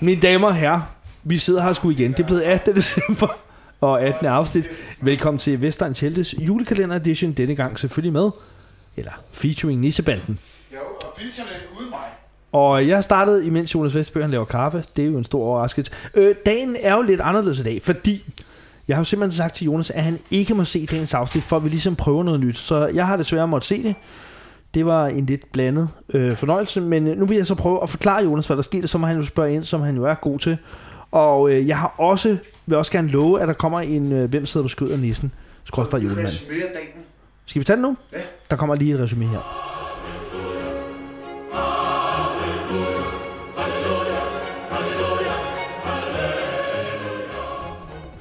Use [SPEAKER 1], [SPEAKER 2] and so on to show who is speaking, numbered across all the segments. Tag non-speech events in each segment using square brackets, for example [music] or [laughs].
[SPEAKER 1] Mine damer og herrer, vi sidder her sgu igen. Det er blevet 18. december [laughs] og 18. afsnit. Velkommen til Vestegns Heltes julekalender edition. Denne gang selvfølgelig med, eller featuring Nissebanden.
[SPEAKER 2] Ja, og internet uden mig.
[SPEAKER 1] Og jeg startede, imens Jonas Vestbøg han laver kaffe. Det er jo en stor overraskelse. Øh, dagen er jo lidt anderledes i dag, fordi jeg har jo simpelthen sagt til Jonas, at han ikke må se dagens afsnit, for at vi ligesom prøver noget nyt. Så jeg har desværre måttet se det. Det var en lidt blandet øh, fornøjelse, men øh, nu vil jeg så prøve at forklare Jonas, hvad der skete, så må han jo spørge ind, som han jo er god til. Og øh, jeg har også, vil også gerne love, at der kommer en øh, Hvem sidder på skød af nissen? Skrådstræk julemand.
[SPEAKER 2] Resumerer dagen.
[SPEAKER 1] Skal vi tage den nu?
[SPEAKER 2] Ja.
[SPEAKER 1] Der kommer lige et resume her.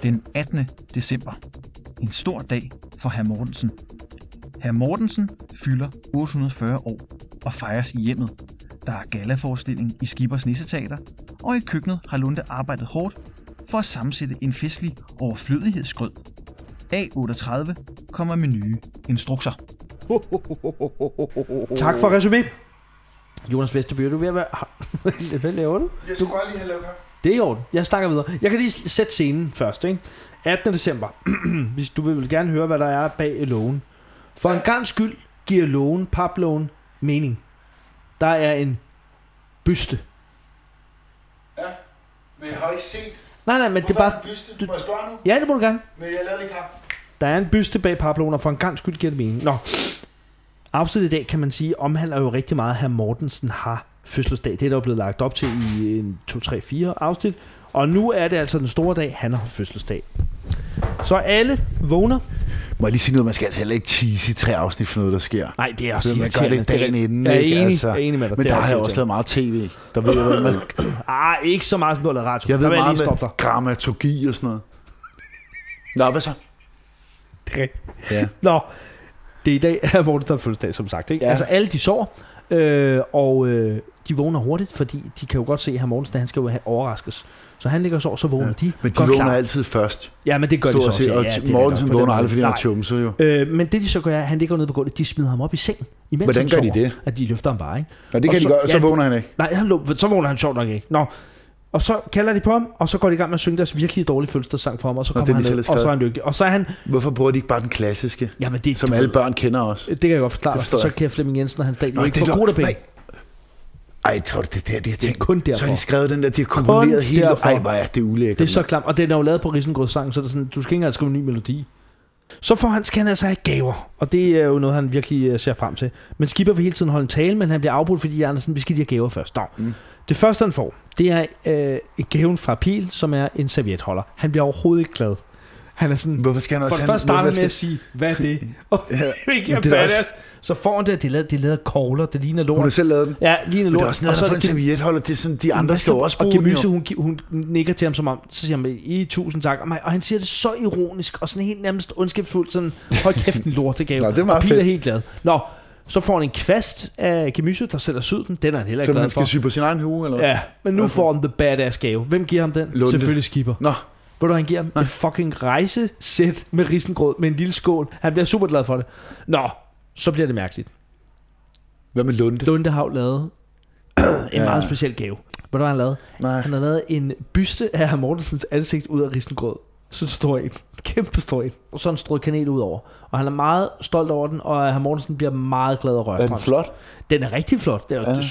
[SPEAKER 3] den 18. december. En stor dag for herr Mortensen. Herr Mortensen fylder 840 år og fejres i hjemmet. Der er galaforestilling i Skibers Nisseteater, og i køkkenet har Lunde arbejdet hårdt for at sammensætte en festlig overflødighedsgrød. A38 kommer med nye instrukser.
[SPEAKER 1] Tak for resume. Jonas Vesterbø, er du ved at være... [laughs] Hvad laver du?
[SPEAKER 2] Jeg skulle bare lige have lavet kaffe.
[SPEAKER 1] Det er i orden. Jeg snakker videre. Jeg kan lige sætte scenen først, ikke? 18. december. [clears throat] Hvis du vil gerne høre, hvad der er bag loven. For en gang skyld giver loven, paploven, mening. Der er en byste.
[SPEAKER 2] Ja. Men jeg har jo ikke set.
[SPEAKER 1] Nej, nej, men det er bare...
[SPEAKER 2] Byste?
[SPEAKER 1] du-
[SPEAKER 2] Må jeg spørge nu?
[SPEAKER 1] Ja, det må du gerne.
[SPEAKER 2] Men jeg lavede lige kaffe.
[SPEAKER 1] Der er en byste bag paploven, og for en gang skyld giver det mening. Nå. Afsnittet i dag, kan man sige, omhandler jo rigtig meget, at herr Mortensen har fødselsdag. Det er der jo blevet lagt op til i øh, en 2-3-4 afsnit. Og nu er det altså den store dag, han har fødselsdag. Så alle vågner.
[SPEAKER 4] Må jeg lige sige noget? Man skal altså heller ikke tease i tre afsnit for noget, der sker.
[SPEAKER 1] Nej, det er
[SPEAKER 4] Så
[SPEAKER 1] også
[SPEAKER 4] man gør det dagen inden,
[SPEAKER 1] Jeg er
[SPEAKER 4] ikke?
[SPEAKER 1] enig,
[SPEAKER 4] Altså.
[SPEAKER 1] jeg er enig med dig.
[SPEAKER 4] Men
[SPEAKER 1] Det
[SPEAKER 4] der
[SPEAKER 1] er
[SPEAKER 4] har jeg også
[SPEAKER 1] irriterende.
[SPEAKER 4] lavet meget tv. Der ved jeg, hvordan man,
[SPEAKER 1] Ah, ikke så meget, som du har lavet radio.
[SPEAKER 4] jeg
[SPEAKER 1] der
[SPEAKER 4] ved
[SPEAKER 1] vil
[SPEAKER 4] meget
[SPEAKER 1] lige stoppe
[SPEAKER 4] med
[SPEAKER 1] dig.
[SPEAKER 4] dramaturgi og sådan noget. Nå, hvad så?
[SPEAKER 1] Det er rigtigt.
[SPEAKER 4] Ja.
[SPEAKER 1] Nå, det er i dag, [laughs] hvor det er fødselsdag, som sagt. Ikke? Ja.
[SPEAKER 4] Ja.
[SPEAKER 1] Altså, alle de sover, øh, og øh, de vågner hurtigt, fordi de kan jo godt se, at her morgens, han skal jo have overraskes. Så han ligger og sover, så vågner ja. de.
[SPEAKER 4] Men de
[SPEAKER 1] Godt
[SPEAKER 4] vågner
[SPEAKER 1] klar.
[SPEAKER 4] altid først.
[SPEAKER 1] Ja, men det gør de så
[SPEAKER 4] Stort
[SPEAKER 1] også.
[SPEAKER 4] set.
[SPEAKER 1] ja,
[SPEAKER 4] Og
[SPEAKER 1] ja, det er
[SPEAKER 4] Mortensen
[SPEAKER 1] rigtigt nok, på den
[SPEAKER 4] vågner
[SPEAKER 1] måde.
[SPEAKER 4] aldrig, fordi han
[SPEAKER 1] Nej.
[SPEAKER 4] er tjumset jo.
[SPEAKER 1] Øh, men det de så gør, er, at han ligger jo nede på gulvet, de smider ham op i sengen, imens
[SPEAKER 4] Hvordan
[SPEAKER 1] han
[SPEAKER 4] gør de
[SPEAKER 1] sover.
[SPEAKER 4] det?
[SPEAKER 1] At de løfter ham bare, ikke?
[SPEAKER 4] Nå, det
[SPEAKER 1] Og
[SPEAKER 4] kan de
[SPEAKER 1] så-
[SPEAKER 4] godt, og så
[SPEAKER 1] ja,
[SPEAKER 4] vågner han ikke.
[SPEAKER 1] Nej, han lå, så vågner han sjovt nok ikke. Nå. Og så kalder de på ham, og så går de i gang med at synge deres virkelig dårlige fødselsdagssang for ham, og så
[SPEAKER 4] Nå,
[SPEAKER 1] kommer
[SPEAKER 4] den, de
[SPEAKER 1] han
[SPEAKER 4] selv
[SPEAKER 1] ned,
[SPEAKER 4] har
[SPEAKER 1] og så er
[SPEAKER 4] skrevet.
[SPEAKER 1] han lykkelig. Og så er han,
[SPEAKER 4] Hvorfor bruger de ikke bare den klassiske,
[SPEAKER 1] jamen det,
[SPEAKER 4] som alle børn kender også?
[SPEAKER 1] det kan jeg godt forklare,
[SPEAKER 4] Det
[SPEAKER 1] dig.
[SPEAKER 4] forstår
[SPEAKER 1] så
[SPEAKER 4] jeg.
[SPEAKER 1] kan Flemming Jensen og hans dag
[SPEAKER 4] Nå,
[SPEAKER 1] ikke
[SPEAKER 4] det
[SPEAKER 1] få
[SPEAKER 4] er klart.
[SPEAKER 1] Godabæn.
[SPEAKER 4] Ej, tror du, det er der, det er tænkt?
[SPEAKER 1] kun
[SPEAKER 4] Så har
[SPEAKER 1] derfor.
[SPEAKER 4] de skrevet den der, de har komponeret hele...
[SPEAKER 1] derfor.
[SPEAKER 4] Ej, hvor er det ulækkert.
[SPEAKER 1] Det er så klamt, og den er jo lavet på Risengrøds sang, så det er sådan, du skal ikke engang skrive en ny melodi. Så får han, skal han altså have gaver, og det er jo noget, han virkelig øh, ser frem til. Men Skipper vil hele tiden holde en tale, men han bliver afbrudt, fordi de andre er sådan, vi skal lige have gaver først. Nå. Mm. Det første, han får, det er øh, et gaven fra Pil, som er en servietholder. Han bliver overhovedet ikke glad. Han er sådan,
[SPEAKER 4] Hvorfor skal han
[SPEAKER 1] For
[SPEAKER 4] også
[SPEAKER 1] det
[SPEAKER 4] have-
[SPEAKER 1] første starter han
[SPEAKER 4] hvorfor
[SPEAKER 1] med
[SPEAKER 4] skal-
[SPEAKER 1] at sige, hvad er det?
[SPEAKER 4] [laughs]
[SPEAKER 1] Og [laughs] hvilken
[SPEAKER 4] men det er da
[SPEAKER 1] badass.
[SPEAKER 4] også-
[SPEAKER 1] Så får han det, det er lavet, det er lavet kogler, det ligner lort.
[SPEAKER 4] Hun har selv lavet den.
[SPEAKER 1] Ja, ligner
[SPEAKER 4] Men
[SPEAKER 1] lort.
[SPEAKER 4] det er også noget,
[SPEAKER 1] Og så
[SPEAKER 4] der får
[SPEAKER 1] er
[SPEAKER 4] en
[SPEAKER 1] det-
[SPEAKER 4] servietholder. Det er sådan, de andre skal jo også
[SPEAKER 1] og
[SPEAKER 4] bruge den.
[SPEAKER 1] Gemyse,
[SPEAKER 4] jo.
[SPEAKER 1] hun, gi- hun nikker til ham som om, så siger han, I er tusind tak. Og, mig, og han siger det så ironisk, og sådan helt nærmest ondskabsfuldt, sådan, hold kæft en lortegave.
[SPEAKER 4] [laughs] Nå, det er meget
[SPEAKER 1] og Pil er
[SPEAKER 4] fedt.
[SPEAKER 1] helt glad. Nå, så får han en kvast af Gemyse, der sælger syden. Den er han heller ikke
[SPEAKER 4] Så
[SPEAKER 1] glad
[SPEAKER 4] man
[SPEAKER 1] for.
[SPEAKER 4] skal sy på sin egen hue, eller hvad?
[SPEAKER 1] Ja, men nu får han the badass gave. Hvem giver ham den?
[SPEAKER 4] Lunde.
[SPEAKER 1] Selvfølgelig Skipper.
[SPEAKER 4] Nå,
[SPEAKER 1] Ved du, hvad han giver ham? Et fucking rejsesæt med risengrød med en lille skål. Han bliver super glad for det. Nå, så bliver det mærkeligt.
[SPEAKER 4] hvad med Lunde?
[SPEAKER 1] Lunde har jo lavet en ja.
[SPEAKER 4] Ja.
[SPEAKER 1] meget speciel gave. Ved du, hvad han lavede?
[SPEAKER 4] Nej.
[SPEAKER 1] Han har lavet en byste af herr Mortensens ansigt ud af risengrød. Så stor en. Kæmpe stor en. Og så har han strået kanel ud over. Og han er meget stolt over den, og herr Mortensen bliver meget glad og rørt.
[SPEAKER 4] Er
[SPEAKER 1] over
[SPEAKER 4] den flot?
[SPEAKER 1] Den er rigtig flot. Det er jo
[SPEAKER 4] Ja.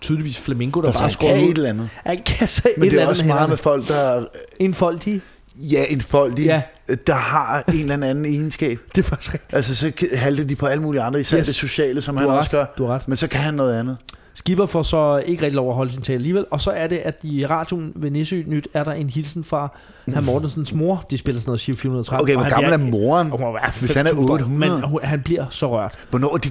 [SPEAKER 1] tydeligvis flamingo, der
[SPEAKER 4] Altså,
[SPEAKER 1] bare
[SPEAKER 4] han kan
[SPEAKER 1] skruer
[SPEAKER 4] et
[SPEAKER 1] ud.
[SPEAKER 4] eller andet.
[SPEAKER 1] Han kan så
[SPEAKER 4] Men
[SPEAKER 1] et
[SPEAKER 4] det
[SPEAKER 1] eller
[SPEAKER 4] er
[SPEAKER 1] andet
[SPEAKER 4] også
[SPEAKER 1] med
[SPEAKER 4] meget med
[SPEAKER 1] hænderne.
[SPEAKER 4] folk, der er
[SPEAKER 1] En foldig.
[SPEAKER 4] ja, en folk,
[SPEAKER 1] Ja.
[SPEAKER 4] ja. der har en eller anden egenskab.
[SPEAKER 1] Det er faktisk rigtigt.
[SPEAKER 4] Altså, så kan- halter de på alle mulige andre, især
[SPEAKER 1] Yes.
[SPEAKER 4] yes. det sociale, som
[SPEAKER 1] Du
[SPEAKER 4] han
[SPEAKER 1] har
[SPEAKER 4] også gør.
[SPEAKER 1] ret. Du har ret.
[SPEAKER 4] Men så kan han noget andet.
[SPEAKER 1] Skipper får så ikke rigtig lov at holde sin tale alligevel, og så er det, at i radioen ved Nissø Nyt er der en hilsen fra herr Mortensens mor. De spiller sådan noget Shiv 430.
[SPEAKER 4] Mm. Okay,
[SPEAKER 1] og
[SPEAKER 4] hvor
[SPEAKER 1] han
[SPEAKER 4] gammel er
[SPEAKER 1] bliver-
[SPEAKER 4] moren?
[SPEAKER 1] Hun må være
[SPEAKER 4] Hvis han er
[SPEAKER 1] 5.000 år,
[SPEAKER 4] 800.
[SPEAKER 1] Men hun- han bliver så rørt.
[SPEAKER 4] Hvornår er de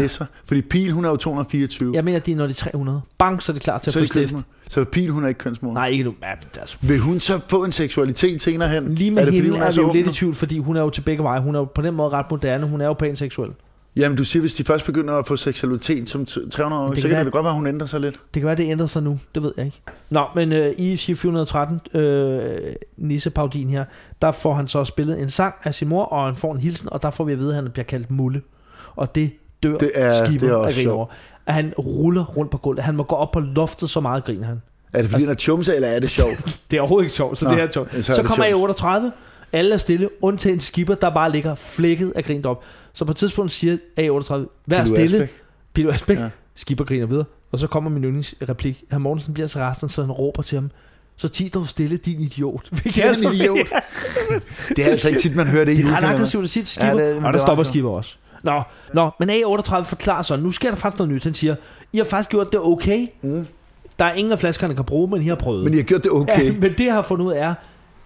[SPEAKER 1] [clears throat]
[SPEAKER 4] nisser? Fordi Pil, hun er jo 224.
[SPEAKER 1] Jeg mener, det er når de er 300. Bang, så er det klar til
[SPEAKER 4] så er
[SPEAKER 1] at
[SPEAKER 4] de
[SPEAKER 1] få stift.
[SPEAKER 4] kønsmodne. Så Pil, hun er ikke kønsmoden.
[SPEAKER 1] Nej, ikke nu. Ja, men altså,
[SPEAKER 4] Vil hun så få en seksualitet senere hen?
[SPEAKER 1] lige med
[SPEAKER 4] er det,
[SPEAKER 1] hende
[SPEAKER 4] fordi hun
[SPEAKER 1] er,
[SPEAKER 4] er,
[SPEAKER 1] vi
[SPEAKER 4] så
[SPEAKER 1] jo
[SPEAKER 4] ung
[SPEAKER 1] lidt i
[SPEAKER 4] nu?
[SPEAKER 1] tvivl, fordi hun er jo til begge veje. Hun er jo på den måde ret moderne. Hun er jo panseksuel.
[SPEAKER 4] Jamen, du siger, hvis de først begynder at få seksualitet som t- 300 år,
[SPEAKER 1] Det
[SPEAKER 4] så
[SPEAKER 1] kan
[SPEAKER 4] kan
[SPEAKER 1] være-
[SPEAKER 4] det da godt være, at hun ændrer sig lidt.
[SPEAKER 1] Det kan være, det ændrer sig nu. Det ved jeg ikke. Nå, men øh, i Shiv 413, øh, Nisse Paudin her, der får han så spillet en sang af sin mor, og han får en hilsen, og der får vi at vide, at han bliver kaldt Mulle. Og det dør
[SPEAKER 4] Det er-
[SPEAKER 1] Skipper
[SPEAKER 4] det er
[SPEAKER 1] af
[SPEAKER 4] også
[SPEAKER 1] grin
[SPEAKER 4] sjovt.
[SPEAKER 1] over. At han ruller rundt på gulvet. Han må gå op på loftet, så meget griner han.
[SPEAKER 4] Er det fordi, han er chumse, eller er det sjovt?
[SPEAKER 1] Det er overhovedet ikke sjovt, så
[SPEAKER 4] Nå,
[SPEAKER 1] det er sjovt.
[SPEAKER 4] så er
[SPEAKER 1] Så,
[SPEAKER 4] det
[SPEAKER 1] kommer jeg i
[SPEAKER 4] sjovt.
[SPEAKER 1] 38, alle er stille, undtagen skipper, der bare ligger flækket af grint op. Så på et tidspunkt siger A38, vær
[SPEAKER 4] Pilou
[SPEAKER 1] stille,
[SPEAKER 4] Asbæk.
[SPEAKER 1] Pilo Asbæk, ja.
[SPEAKER 4] Ja.
[SPEAKER 1] skipper griner videre. Og så kommer min yndlingsreplik. Herr Mortensen bliver så resten, så han råber til ham, så ti dog stille, din idiot. [laughs] Hvilket
[SPEAKER 4] Siger
[SPEAKER 1] er
[SPEAKER 4] han
[SPEAKER 1] så fedt.
[SPEAKER 4] idiot? [laughs] Det er altså ikke tit, man hører det i
[SPEAKER 1] Det er ret
[SPEAKER 4] julekalenderen.
[SPEAKER 1] aggressivt at sige til skipper,
[SPEAKER 4] Ja,
[SPEAKER 1] ja,
[SPEAKER 4] det-
[SPEAKER 1] det,
[SPEAKER 4] men
[SPEAKER 1] og
[SPEAKER 4] det
[SPEAKER 1] der
[SPEAKER 4] var
[SPEAKER 1] stopper
[SPEAKER 4] så.
[SPEAKER 1] skipper også. Nå, nå, men A38 forklarer så, nu sker der faktisk noget nyt. Han siger, I har faktisk gjort det okay. Mm. Der er ingen af flaskerne, der kan bruge, men I har prøvet.
[SPEAKER 4] Men I har gjort det okay.
[SPEAKER 1] Ja, men det, jeg har fundet ud af, er,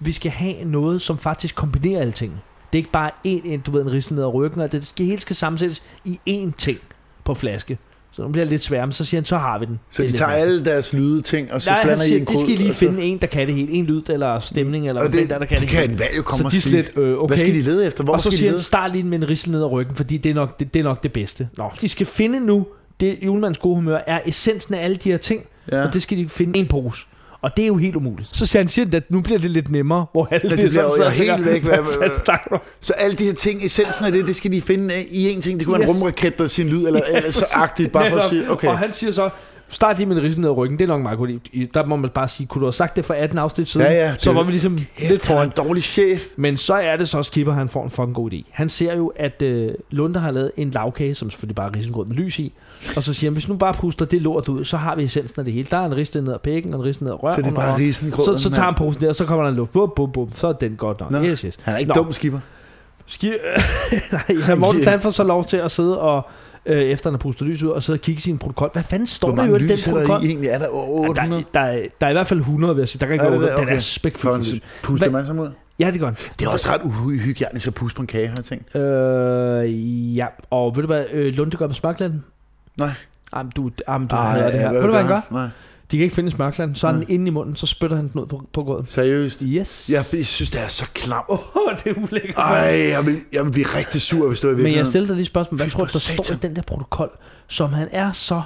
[SPEAKER 1] vi skal have noget, som faktisk kombinerer alting. Det er ikke bare én, en, du ved, en ridsen ned ad ryggen, og det skal, helt skal sammensættes i én ting på flaske. Så nu bliver det lidt svært, men så siger han, så har vi den.
[SPEAKER 4] Så de tager alle deres lyde ting, og så
[SPEAKER 1] Nej, han
[SPEAKER 4] blander I
[SPEAKER 1] siger,
[SPEAKER 4] en
[SPEAKER 1] det skal I lige
[SPEAKER 4] og så- Mm.
[SPEAKER 1] finde en, der kan det helt. En lyd, eller stemning, eller hvad
[SPEAKER 4] Og det,
[SPEAKER 1] fanden der, er, der kan det,
[SPEAKER 4] det kan
[SPEAKER 1] helt.
[SPEAKER 4] en valg jo komme
[SPEAKER 1] Så
[SPEAKER 4] og
[SPEAKER 1] de er
[SPEAKER 4] sige.
[SPEAKER 1] lidt, øh, okay.
[SPEAKER 4] Hvad skal de lede efter? Hvor
[SPEAKER 1] og så
[SPEAKER 4] skal de
[SPEAKER 1] siger han,
[SPEAKER 4] lede?
[SPEAKER 1] start lige med en rissel ned ad ryggen, fordi det er nok det, det, er nok det bedste. Nå, de skal finde nu, det julemandens gode humør er essensen af alle de her ting, ja.
[SPEAKER 4] Ja.
[SPEAKER 1] og det skal de finde i en pose. Og det er jo helt umuligt. Så siger han, siger, han, at nu bliver det lidt nemmere, hvor alle
[SPEAKER 4] Ja,
[SPEAKER 1] det
[SPEAKER 4] det
[SPEAKER 1] bliver
[SPEAKER 4] bliver
[SPEAKER 1] sådan,
[SPEAKER 4] jo
[SPEAKER 1] sidder og
[SPEAKER 4] helt
[SPEAKER 1] tænker,
[SPEAKER 4] væk,
[SPEAKER 1] hvad
[SPEAKER 4] hvad-
[SPEAKER 1] fanden snakker du om?
[SPEAKER 4] Så alle de her ting, essensen af det, det skal de finde øh, i en ting. Det kunne være en
[SPEAKER 1] Yes.
[SPEAKER 4] rumraket, der sin lyd, eller, eller så agtigt, bare for at
[SPEAKER 1] Netop.
[SPEAKER 4] sige, okay.
[SPEAKER 1] Og han siger så, start lige med en risse ned ad ryggen, det er nok meget godt. I- i- Der må man bare sige, kunne du have sagt det for 18 afsnit siden,
[SPEAKER 4] Ja, ja, det
[SPEAKER 1] så
[SPEAKER 4] er
[SPEAKER 1] var
[SPEAKER 4] jo-
[SPEAKER 1] vi ligesom lidt
[SPEAKER 4] Kæft, han er
[SPEAKER 1] foran.
[SPEAKER 4] en dårlig chef.
[SPEAKER 1] Men så er det så også Skipper, han får en fucking god idé. Han ser jo, at øh, Lunde har lavet en lavkage, som selvfølgelig bare er risengrød med lys i. Og så siger han, hvis nu bare puster det lort ud, så har vi essensen af det hele. Der er en riste ned ad pækken, og en riste ned ad røven.
[SPEAKER 4] Så det er bare
[SPEAKER 1] og-
[SPEAKER 4] risengrøden,
[SPEAKER 1] Så, så tager han posen der, og så kommer der en luft. Bum, bum, bum. Så er den godt nok.
[SPEAKER 4] Nå,
[SPEAKER 1] Yes, yes.
[SPEAKER 4] Han er ikke
[SPEAKER 1] Nå.
[SPEAKER 4] dum skipper.
[SPEAKER 1] Ski- [laughs] Nej, så Morten yeah. får så lov til at sidde og, øh, efter han har pustet lys ud, og sidde og kigge i sin protokol. Hvad fanden står
[SPEAKER 4] Hvor
[SPEAKER 1] der jo
[SPEAKER 4] mange
[SPEAKER 1] i den
[SPEAKER 4] lys er der
[SPEAKER 1] protokol?
[SPEAKER 4] i egentlig? Er der over
[SPEAKER 1] Ja, der,
[SPEAKER 4] 800?
[SPEAKER 1] der, er, der er i hvert fald 100, vil jeg sige. Der kan ikke
[SPEAKER 4] Er
[SPEAKER 1] ja,
[SPEAKER 4] det
[SPEAKER 1] det,
[SPEAKER 4] det?
[SPEAKER 1] Den
[SPEAKER 4] Okay.
[SPEAKER 1] er
[SPEAKER 4] For
[SPEAKER 1] spækfuld.
[SPEAKER 4] en puster
[SPEAKER 1] Hvad-
[SPEAKER 4] man sammen ud.
[SPEAKER 1] Ja, det er godt.
[SPEAKER 4] Det er også ret uhygiejnisk at puste på en kage, har jeg tænkt.
[SPEAKER 1] Øh, ja, og ved du hvad øh, Lunde gør med smørklæden?
[SPEAKER 4] Nej.
[SPEAKER 1] Jamen, du, jamen, du
[SPEAKER 4] Ej,
[SPEAKER 1] Ej, det her.
[SPEAKER 4] hvad
[SPEAKER 1] Ved du, hvad han gør?
[SPEAKER 4] Nej.
[SPEAKER 1] De kan ikke finde smørklæden. Så er den inde i munden, så spytter han den ud på, på gulvet.
[SPEAKER 4] Seriøst?
[SPEAKER 1] Yes.
[SPEAKER 4] Jeg, jeg synes, det er så klam.
[SPEAKER 1] [laughs] Åh, oh, det er ulækkert.
[SPEAKER 4] Ej, jeg vil, jeg vil blive rigtig sur, hvis det var i
[SPEAKER 1] Men jeg
[SPEAKER 4] virkeligheden.
[SPEAKER 1] stiller dig lige et spørgsmål. Hvad
[SPEAKER 4] Fy
[SPEAKER 1] tror du,
[SPEAKER 4] for
[SPEAKER 1] der står i
[SPEAKER 4] satan.
[SPEAKER 1] den der protokol, som han er så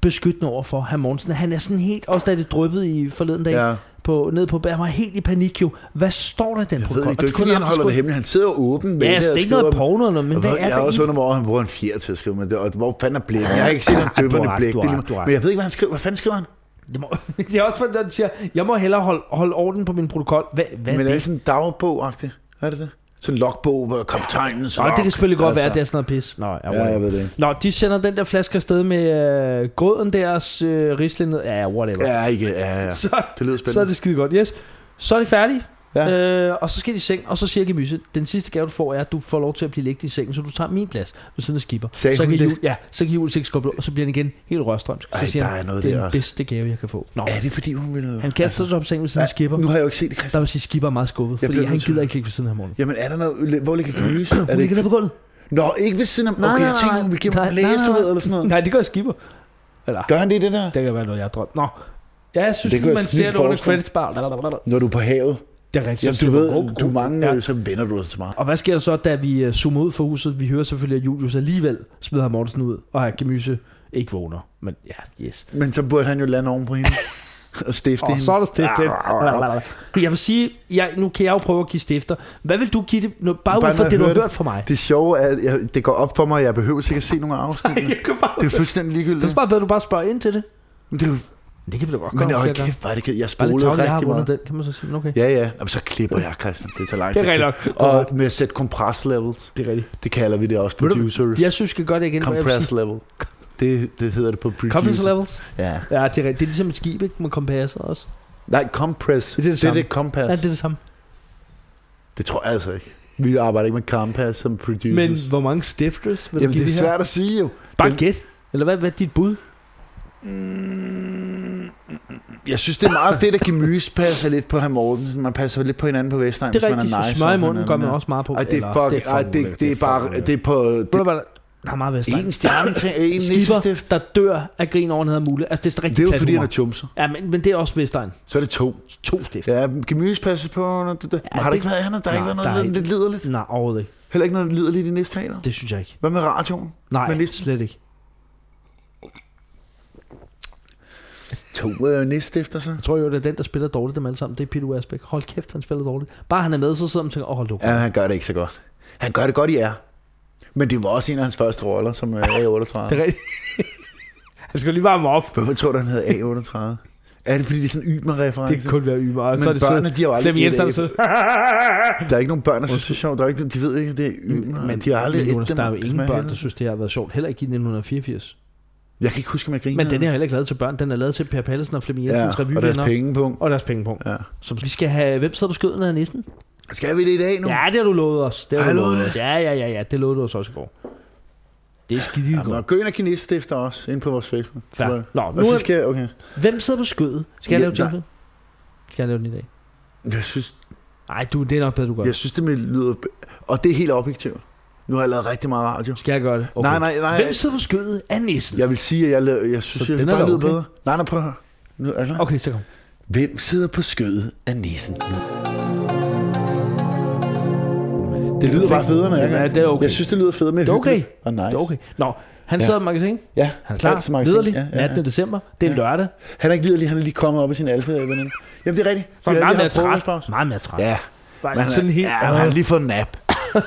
[SPEAKER 1] beskyttende over for, herr Mortensen? Han er sådan helt, også da det dryppede i forleden dag, ja.
[SPEAKER 4] Ja.
[SPEAKER 1] på, ned på, han var helt i panik jo. Hvad står der i den
[SPEAKER 4] Jeg ved
[SPEAKER 1] protokol?
[SPEAKER 4] ikke, det er ikke, fordi han holder det hemmeligt. Han sidder jo åben med
[SPEAKER 1] Ja, altså, det er ikke noget
[SPEAKER 4] skriver-
[SPEAKER 1] porno eller noget, men
[SPEAKER 4] Og
[SPEAKER 1] hvad
[SPEAKER 4] hvor-
[SPEAKER 1] er
[SPEAKER 4] jeg
[SPEAKER 1] der
[SPEAKER 4] er også
[SPEAKER 1] i-
[SPEAKER 4] under, hvor han bruger en 4 til at skrive med det, og hvor fanden er blækken? Jeg har ikke set en
[SPEAKER 1] du har
[SPEAKER 4] døberne
[SPEAKER 1] ret,
[SPEAKER 4] blæk,
[SPEAKER 1] du har
[SPEAKER 4] det er
[SPEAKER 1] ret, du har
[SPEAKER 4] lige, meget.
[SPEAKER 1] ret.
[SPEAKER 4] men jeg ved ikke, hvad han skriver. Hvad fanden skriver han?
[SPEAKER 1] Det, må, [laughs] det er også fordi, han siger, jeg må hellere holde, holde orden på min protokol. Hvad, hvad
[SPEAKER 4] Men
[SPEAKER 1] er
[SPEAKER 4] er
[SPEAKER 1] det?
[SPEAKER 4] det sådan en dagbog-agtigt? Er det det? Sådan en logbog, hvor kaptajnen så
[SPEAKER 1] Nå, det kan selvfølgelig godt altså. være, at det er sådan noget pis. Nå, jeg,
[SPEAKER 4] Ja, jeg ved det.
[SPEAKER 1] Nå, de sender den der flaske afsted med øh, grøden deres øh, risle ned. Ja, whatever.
[SPEAKER 4] Ja, ikke, ja,
[SPEAKER 1] [laughs]
[SPEAKER 4] ja.
[SPEAKER 1] Så,
[SPEAKER 4] Det lyder
[SPEAKER 1] så er
[SPEAKER 4] spændende.
[SPEAKER 1] det skide godt, yes. Så er de færdige,
[SPEAKER 4] Ja.
[SPEAKER 1] øh, og så skal de i seng, og så siger Gemyse, den sidste gave, du får, er, at du får lov til at blive lægget i sengen, så du tager min glas ved siden af skipper.
[SPEAKER 4] Sagde
[SPEAKER 1] så
[SPEAKER 4] hun
[SPEAKER 1] kan
[SPEAKER 4] det?
[SPEAKER 1] Jul, ja, så kan Jules ikke skubbe ud, og så bliver han igen helt rørstrømsk. Så
[SPEAKER 4] Ej,
[SPEAKER 1] siger
[SPEAKER 4] der
[SPEAKER 1] han,
[SPEAKER 4] er noget
[SPEAKER 1] det er
[SPEAKER 4] der
[SPEAKER 1] den
[SPEAKER 4] også."
[SPEAKER 1] bedste gave, jeg kan få. Nå,
[SPEAKER 4] Er det, fordi hun ville...
[SPEAKER 1] han kaster sig op i sengen ved siden af skipper.
[SPEAKER 4] Nu har jeg jo ikke set det,
[SPEAKER 1] Der
[SPEAKER 4] Christian.
[SPEAKER 1] vil sige, skipper er meget skuffet,
[SPEAKER 4] Jeg
[SPEAKER 1] fordi
[SPEAKER 4] bliver
[SPEAKER 1] han
[SPEAKER 4] nødt til-
[SPEAKER 1] gider ikke ligge ved siden af morgenen.
[SPEAKER 4] Jamen, er der noget... Hvor ligger Gys? Er
[SPEAKER 1] Hun
[SPEAKER 4] det
[SPEAKER 1] ligger
[SPEAKER 4] ikke...
[SPEAKER 1] nede på gulvet.
[SPEAKER 4] Nå, ikke ved siden af... Okay, jeg tænkte, hun ville give mig en læse, du ved, eller sådan noget.
[SPEAKER 1] Nej, det gør skipper. Eller,
[SPEAKER 4] Gør han det, det der?
[SPEAKER 1] det kan være noget, jeg har drømt. Nå, ja, jeg synes,
[SPEAKER 4] Det
[SPEAKER 1] det
[SPEAKER 4] kunne jeg
[SPEAKER 1] man
[SPEAKER 4] snildt
[SPEAKER 1] ser det under
[SPEAKER 4] forestille mig.
[SPEAKER 1] credits bar. Det
[SPEAKER 4] Når du er på havet,
[SPEAKER 1] er rigtigt. så
[SPEAKER 4] ja, du
[SPEAKER 1] siger
[SPEAKER 4] ved,
[SPEAKER 1] man, "Oh,
[SPEAKER 4] du
[SPEAKER 1] oh."
[SPEAKER 4] er mange,
[SPEAKER 1] Ja.
[SPEAKER 4] øh, så vender du dig til meget.
[SPEAKER 1] Og hvad sker der så, da vi øh, zoomer ud fra huset? Vi hører selvfølgelig, at Julius alligevel smider ham Mortensen ud, og at Gemyse ikke vågner. Men ja, yes.
[SPEAKER 4] Men så burde han jo lande oven
[SPEAKER 1] [laughs]
[SPEAKER 4] på hende. og stifte
[SPEAKER 1] Og
[SPEAKER 4] hende.
[SPEAKER 1] så er der
[SPEAKER 4] Ah,
[SPEAKER 1] stiftet. Jeg vil sige, jeg, nu kan jeg jo prøve at give stifter. Hvad vil du give det, nu, bare,
[SPEAKER 4] Bare
[SPEAKER 1] ud fra
[SPEAKER 4] når jeg
[SPEAKER 1] det, du har
[SPEAKER 4] hører det.
[SPEAKER 1] hørt fra mig?
[SPEAKER 4] Det sjove er, at jeg, det går op for mig, at jeg behøver sikkert se nogle
[SPEAKER 1] [laughs]
[SPEAKER 4] afsnit.
[SPEAKER 1] Jeg kan bare,
[SPEAKER 4] Det er fuldstændig
[SPEAKER 1] det
[SPEAKER 4] ligegyldigt.
[SPEAKER 1] er bare bedre, at du bare spørger ind til det.
[SPEAKER 4] Men Det er, jo-
[SPEAKER 1] Men det kan vi da godt gøre.
[SPEAKER 4] men
[SPEAKER 1] nogle
[SPEAKER 4] øj,
[SPEAKER 1] flere gange.
[SPEAKER 4] kæft, var det, kedeligt. jeg
[SPEAKER 1] Bare lidt
[SPEAKER 4] spolede
[SPEAKER 1] tavle, jeg har
[SPEAKER 4] rigtig
[SPEAKER 1] vundet
[SPEAKER 4] meget.
[SPEAKER 1] den, kan man så sige. Men okay.
[SPEAKER 4] Ja, ja. Jamen, så klipper jeg, Christian. Det tager lang
[SPEAKER 1] Det
[SPEAKER 4] tid.
[SPEAKER 1] er
[SPEAKER 4] at
[SPEAKER 1] rigtig
[SPEAKER 4] klippe.
[SPEAKER 1] nok.
[SPEAKER 4] Og med at sætte compress levels.
[SPEAKER 1] Det er rigtigt.
[SPEAKER 4] Det kalder vi det også. Producer.
[SPEAKER 1] Jeg synes, vi gør det igen. hvor jeg vil
[SPEAKER 4] Compress
[SPEAKER 1] sige-
[SPEAKER 4] level. Det, det hedder det på producer.
[SPEAKER 1] Compass levels?
[SPEAKER 4] Ja.
[SPEAKER 1] Ja, det er rigtigt. Det er ligesom et skib, ikke? Med kompasser også.
[SPEAKER 4] Nej, compress.
[SPEAKER 1] Det er det
[SPEAKER 4] det, er
[SPEAKER 1] samme.
[SPEAKER 4] det compass.
[SPEAKER 1] Ja, det er det samme.
[SPEAKER 4] Det tror jeg altså ikke. Vi arbejder ikke med Compass som producers.
[SPEAKER 1] Men hvor mange stifters vil
[SPEAKER 4] Jamen,
[SPEAKER 1] du give
[SPEAKER 4] det er
[SPEAKER 1] her?
[SPEAKER 4] svært at sige jo.
[SPEAKER 1] Bare
[SPEAKER 4] Den-
[SPEAKER 1] gæt. Eller hvad, hvad er dit bud?
[SPEAKER 4] Jeg synes, det er meget fedt, at Gemys passer lidt på ham Mortensen. Man passer lidt på hinanden på Vestegn,
[SPEAKER 1] Det
[SPEAKER 4] hvis
[SPEAKER 1] er
[SPEAKER 4] man er
[SPEAKER 1] rigtigt.
[SPEAKER 4] nice.
[SPEAKER 1] Nice, smør i
[SPEAKER 4] og man
[SPEAKER 1] munden
[SPEAKER 4] er-
[SPEAKER 1] gør man også meget på.
[SPEAKER 4] Ej, det er
[SPEAKER 1] eller-
[SPEAKER 4] fuck, det er, ej,
[SPEAKER 1] fucking
[SPEAKER 4] det,
[SPEAKER 1] ulækkert.
[SPEAKER 4] det er bare, det er på
[SPEAKER 1] Ved du
[SPEAKER 4] det,
[SPEAKER 1] hvad, der- der er meget vest.
[SPEAKER 4] en stjerne til en nissestift.
[SPEAKER 1] Skipper, der dør af grin over nede mule. Altså, det er sådan
[SPEAKER 4] Det er
[SPEAKER 1] rigtig
[SPEAKER 4] jo fordi, han
[SPEAKER 1] plat
[SPEAKER 4] er chumser.
[SPEAKER 1] Ja, men, men det er også Vestegn.
[SPEAKER 4] Så er det to.
[SPEAKER 1] To stifter.
[SPEAKER 4] Ja, Gemys passer på. når du- Men har
[SPEAKER 1] det-
[SPEAKER 4] der ikke været andet? Der har ikke
[SPEAKER 1] Nej,
[SPEAKER 4] været
[SPEAKER 1] der er
[SPEAKER 4] noget
[SPEAKER 1] ikke-
[SPEAKER 4] lidt liderligt?
[SPEAKER 1] Nej, overhovedet ikke.
[SPEAKER 4] Heller ikke noget liderligt i næste taler?
[SPEAKER 1] Det synes jeg ikke.
[SPEAKER 4] Hvad med radioen?
[SPEAKER 1] Nej,
[SPEAKER 4] Men listen-
[SPEAKER 1] slet ikke.
[SPEAKER 4] To øh, næststifter så?
[SPEAKER 1] Jeg tror jo, det er den, der spiller dårligt dem alle sammen. Det er Peter Asbæk. Hold kæft, han spiller dårligt. Bare han er med, så sidder man og tænker, åh, oh, hold nu.
[SPEAKER 4] Ja, han gør det ikke så godt. Han gør det godt i er. Men det var også en af hans første roller som øh, A38.
[SPEAKER 1] Det er rigtigt. [laughs] han skal lige varme op.
[SPEAKER 4] Hvorfor tror du, han hed A38? Er det, fordi det er sådan ymer reference?
[SPEAKER 1] Det kan kun være ymer. Og
[SPEAKER 4] Men
[SPEAKER 1] så er det
[SPEAKER 4] børnene,
[SPEAKER 1] så,
[SPEAKER 4] de har jo aldrig
[SPEAKER 1] Flemming
[SPEAKER 4] et
[SPEAKER 1] Jensen,
[SPEAKER 4] æble.
[SPEAKER 1] så, [laughs]
[SPEAKER 4] Der er ikke nogen børn, der synes, det er sjovt. Der er ikke, de ved ikke, at det er ymer. Men, Mm, de har aldrig
[SPEAKER 1] men
[SPEAKER 4] et
[SPEAKER 1] Jonas,
[SPEAKER 4] dem,
[SPEAKER 1] der er jo
[SPEAKER 4] det
[SPEAKER 1] ingen
[SPEAKER 4] smager
[SPEAKER 1] børn,
[SPEAKER 4] helvede.
[SPEAKER 1] der synes, det har været sjovt. Heller ikke i 1984.
[SPEAKER 4] Jeg kan ikke huske, om jeg griner.
[SPEAKER 1] Men den er heller ikke lavet til børn. Den er lavet til Per Pallesen og Flemming Jensens
[SPEAKER 4] ja, og deres
[SPEAKER 1] revyvenner.
[SPEAKER 4] pengepunkt.
[SPEAKER 1] Og deres pengepunkt.
[SPEAKER 4] Ja.
[SPEAKER 1] Som vi skal have, hvem sidder på skøden af nissen?
[SPEAKER 4] Skal vi det i dag nu?
[SPEAKER 1] Ja, det har du lovet os. Det har,
[SPEAKER 4] Har
[SPEAKER 1] du
[SPEAKER 4] jeg lovet
[SPEAKER 1] os. Ja, ja, ja, ja. Det lovede du os også i går. Det er skide
[SPEAKER 4] Jamen, og
[SPEAKER 1] godt.
[SPEAKER 4] gå ind og kinesstifter også, ind på vores Facebook.
[SPEAKER 1] Fair.
[SPEAKER 4] Tror jeg.
[SPEAKER 1] Nå,
[SPEAKER 4] og
[SPEAKER 1] nu
[SPEAKER 4] så
[SPEAKER 1] er-
[SPEAKER 4] skal jeg, okay.
[SPEAKER 1] Hvem sidder på skødet? Skal jeg
[SPEAKER 4] Ja,
[SPEAKER 1] lave
[SPEAKER 4] nej.
[SPEAKER 1] jinglen? Skal jeg lave den i dag?
[SPEAKER 4] Jeg synes,
[SPEAKER 1] Nej, du, det er nok bedre, du gør.
[SPEAKER 4] jeg synes det med lyder... Og det er helt objektivt. Nu har jeg lavet rigtig meget radio.
[SPEAKER 1] Skal jeg gøre det?
[SPEAKER 4] Okay. Nej, nej, nej.
[SPEAKER 1] Hvem sidder på skødet af nissen?
[SPEAKER 4] Jeg vil sige, at jeg, laver, jeg
[SPEAKER 1] Så
[SPEAKER 4] synes, jeg
[SPEAKER 1] den er
[SPEAKER 4] bare
[SPEAKER 1] da
[SPEAKER 4] lyder
[SPEAKER 1] okay.
[SPEAKER 4] bedre. Nej, nej, prøv at høre. Nu, er du klar?
[SPEAKER 1] Okay, så kom.
[SPEAKER 4] Hvem sidder på skødet af næsen? Det lyder bare federe, når jeg
[SPEAKER 1] Ja,
[SPEAKER 4] gør
[SPEAKER 1] det er okay.
[SPEAKER 4] Jeg synes, det lyder federe med
[SPEAKER 1] Det er okay.
[SPEAKER 4] hyggeligt og nice.
[SPEAKER 1] Det er okay. Nå, han sidder i magasin.
[SPEAKER 4] Ja,
[SPEAKER 1] Han er klar.
[SPEAKER 4] altid magasin.
[SPEAKER 1] Lederlig.
[SPEAKER 4] Ja, ja, ja.
[SPEAKER 1] 18. december. Det er en lørdag.
[SPEAKER 4] Han er ikke liderlig, han er lige kommet op i sin alfa veninde. Jamen, det er rigtigt.
[SPEAKER 1] Så er han meget mere
[SPEAKER 4] haft
[SPEAKER 1] træt.
[SPEAKER 4] frokostpause.
[SPEAKER 1] Meget mere træt.
[SPEAKER 4] Ja.
[SPEAKER 1] Bare
[SPEAKER 4] Men han,
[SPEAKER 1] sådan
[SPEAKER 4] er,
[SPEAKER 1] helt...
[SPEAKER 4] ja, men han har lige fået en nap.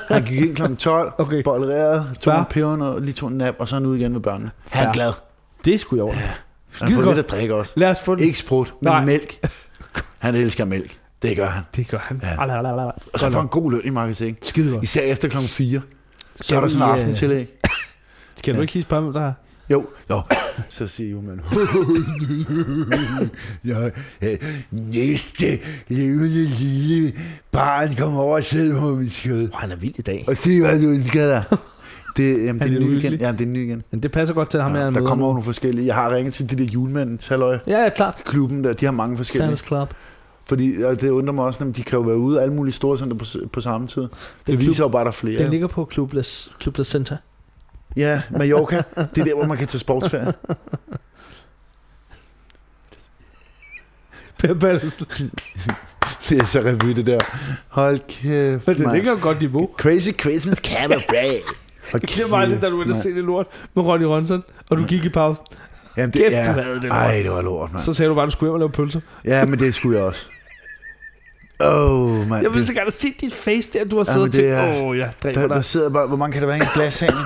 [SPEAKER 4] Han gik ind kl. 12,
[SPEAKER 1] Okay.
[SPEAKER 4] okay. bollerede, tog
[SPEAKER 1] Fair.
[SPEAKER 4] en peber og lige tog en nap, og så er han ude igen med børnene. Han
[SPEAKER 1] Fair.
[SPEAKER 4] er glad.
[SPEAKER 1] Det skulle jeg ordne.
[SPEAKER 4] Han får
[SPEAKER 1] godt.
[SPEAKER 4] lidt at drikke også.
[SPEAKER 1] Lad os få den.
[SPEAKER 4] Ikke sprut, men
[SPEAKER 1] Nej.
[SPEAKER 4] mælk. Han elsker mælk. Det gør han.
[SPEAKER 1] Det gør han.
[SPEAKER 4] Ja.
[SPEAKER 1] Ala, ala, ala, ala.
[SPEAKER 4] Og så får han god løn i marketing.
[SPEAKER 1] Skide godt.
[SPEAKER 4] Især efter klokken 4. Så
[SPEAKER 1] Skal
[SPEAKER 4] er der
[SPEAKER 1] vi,
[SPEAKER 4] sådan en
[SPEAKER 1] øh,
[SPEAKER 4] aftentillæg.
[SPEAKER 1] Skal du ikke lige spørge, hvem der er?
[SPEAKER 4] Jo, [laughs] jo. Så siger jo [laughs] man. ja, øh, næste levende lille barn kommer over og sidder på mit skød.
[SPEAKER 1] Åh, han er vild i dag.
[SPEAKER 4] Og sig, hvad du ønsker dig. Det, jamen, det
[SPEAKER 1] det
[SPEAKER 4] er ny igen.
[SPEAKER 1] uhyggelig?
[SPEAKER 4] Jamen, det er ny igen.
[SPEAKER 1] Men det passer godt til ham, her. han
[SPEAKER 4] Der
[SPEAKER 1] møder
[SPEAKER 4] kommer
[SPEAKER 1] nu.
[SPEAKER 4] over nogle forskellige. Jeg har ringet til de der julemænd, Taløj.
[SPEAKER 1] Ja, ja, klart.
[SPEAKER 4] Klubben der, de har mange forskellige.
[SPEAKER 1] Sam's Club.
[SPEAKER 4] Fordi og det undrer mig også, at de kan jo være ude i alle mulige store center på, s- på samme tid. Det
[SPEAKER 1] klub-
[SPEAKER 4] viser jo bare, at der er
[SPEAKER 1] Den
[SPEAKER 4] flere.
[SPEAKER 1] ligger på Club Las, Club Las Center. [laughs]
[SPEAKER 4] Ja, Mallorca. Det er der, hvor man kan tage sportsferie.
[SPEAKER 1] Per Pallesen.
[SPEAKER 4] Det er så revy, det der. Hold kæft,
[SPEAKER 1] Men det
[SPEAKER 4] mand.
[SPEAKER 1] ligger på et godt niveau.
[SPEAKER 4] Crazy Christmas
[SPEAKER 1] [laughs]
[SPEAKER 4] Cabaret.
[SPEAKER 1] Jeg
[SPEAKER 4] Og
[SPEAKER 1] glemmer aldrig, da du var inde og se det lort med Ronny Ronson, og du gik i pausen.
[SPEAKER 4] Jamen, det,
[SPEAKER 1] Kæft,
[SPEAKER 4] ja.
[SPEAKER 1] du havde det lort.
[SPEAKER 4] Ej, det var lort, mand.
[SPEAKER 1] Så sagde du bare, at du skulle hjem og lave pølser.
[SPEAKER 4] Ja, men det skulle jeg også. Åh, mand.
[SPEAKER 1] Jeg vil
[SPEAKER 4] det-
[SPEAKER 1] så gerne se dit face der, du har
[SPEAKER 4] Ja,
[SPEAKER 1] siddet
[SPEAKER 4] men
[SPEAKER 1] til.
[SPEAKER 4] det er-
[SPEAKER 1] Åh, oh, jeg dræber
[SPEAKER 4] Der, der
[SPEAKER 1] dig. Øh,
[SPEAKER 4] sidder bare, hvor mange kan der være i en glashane?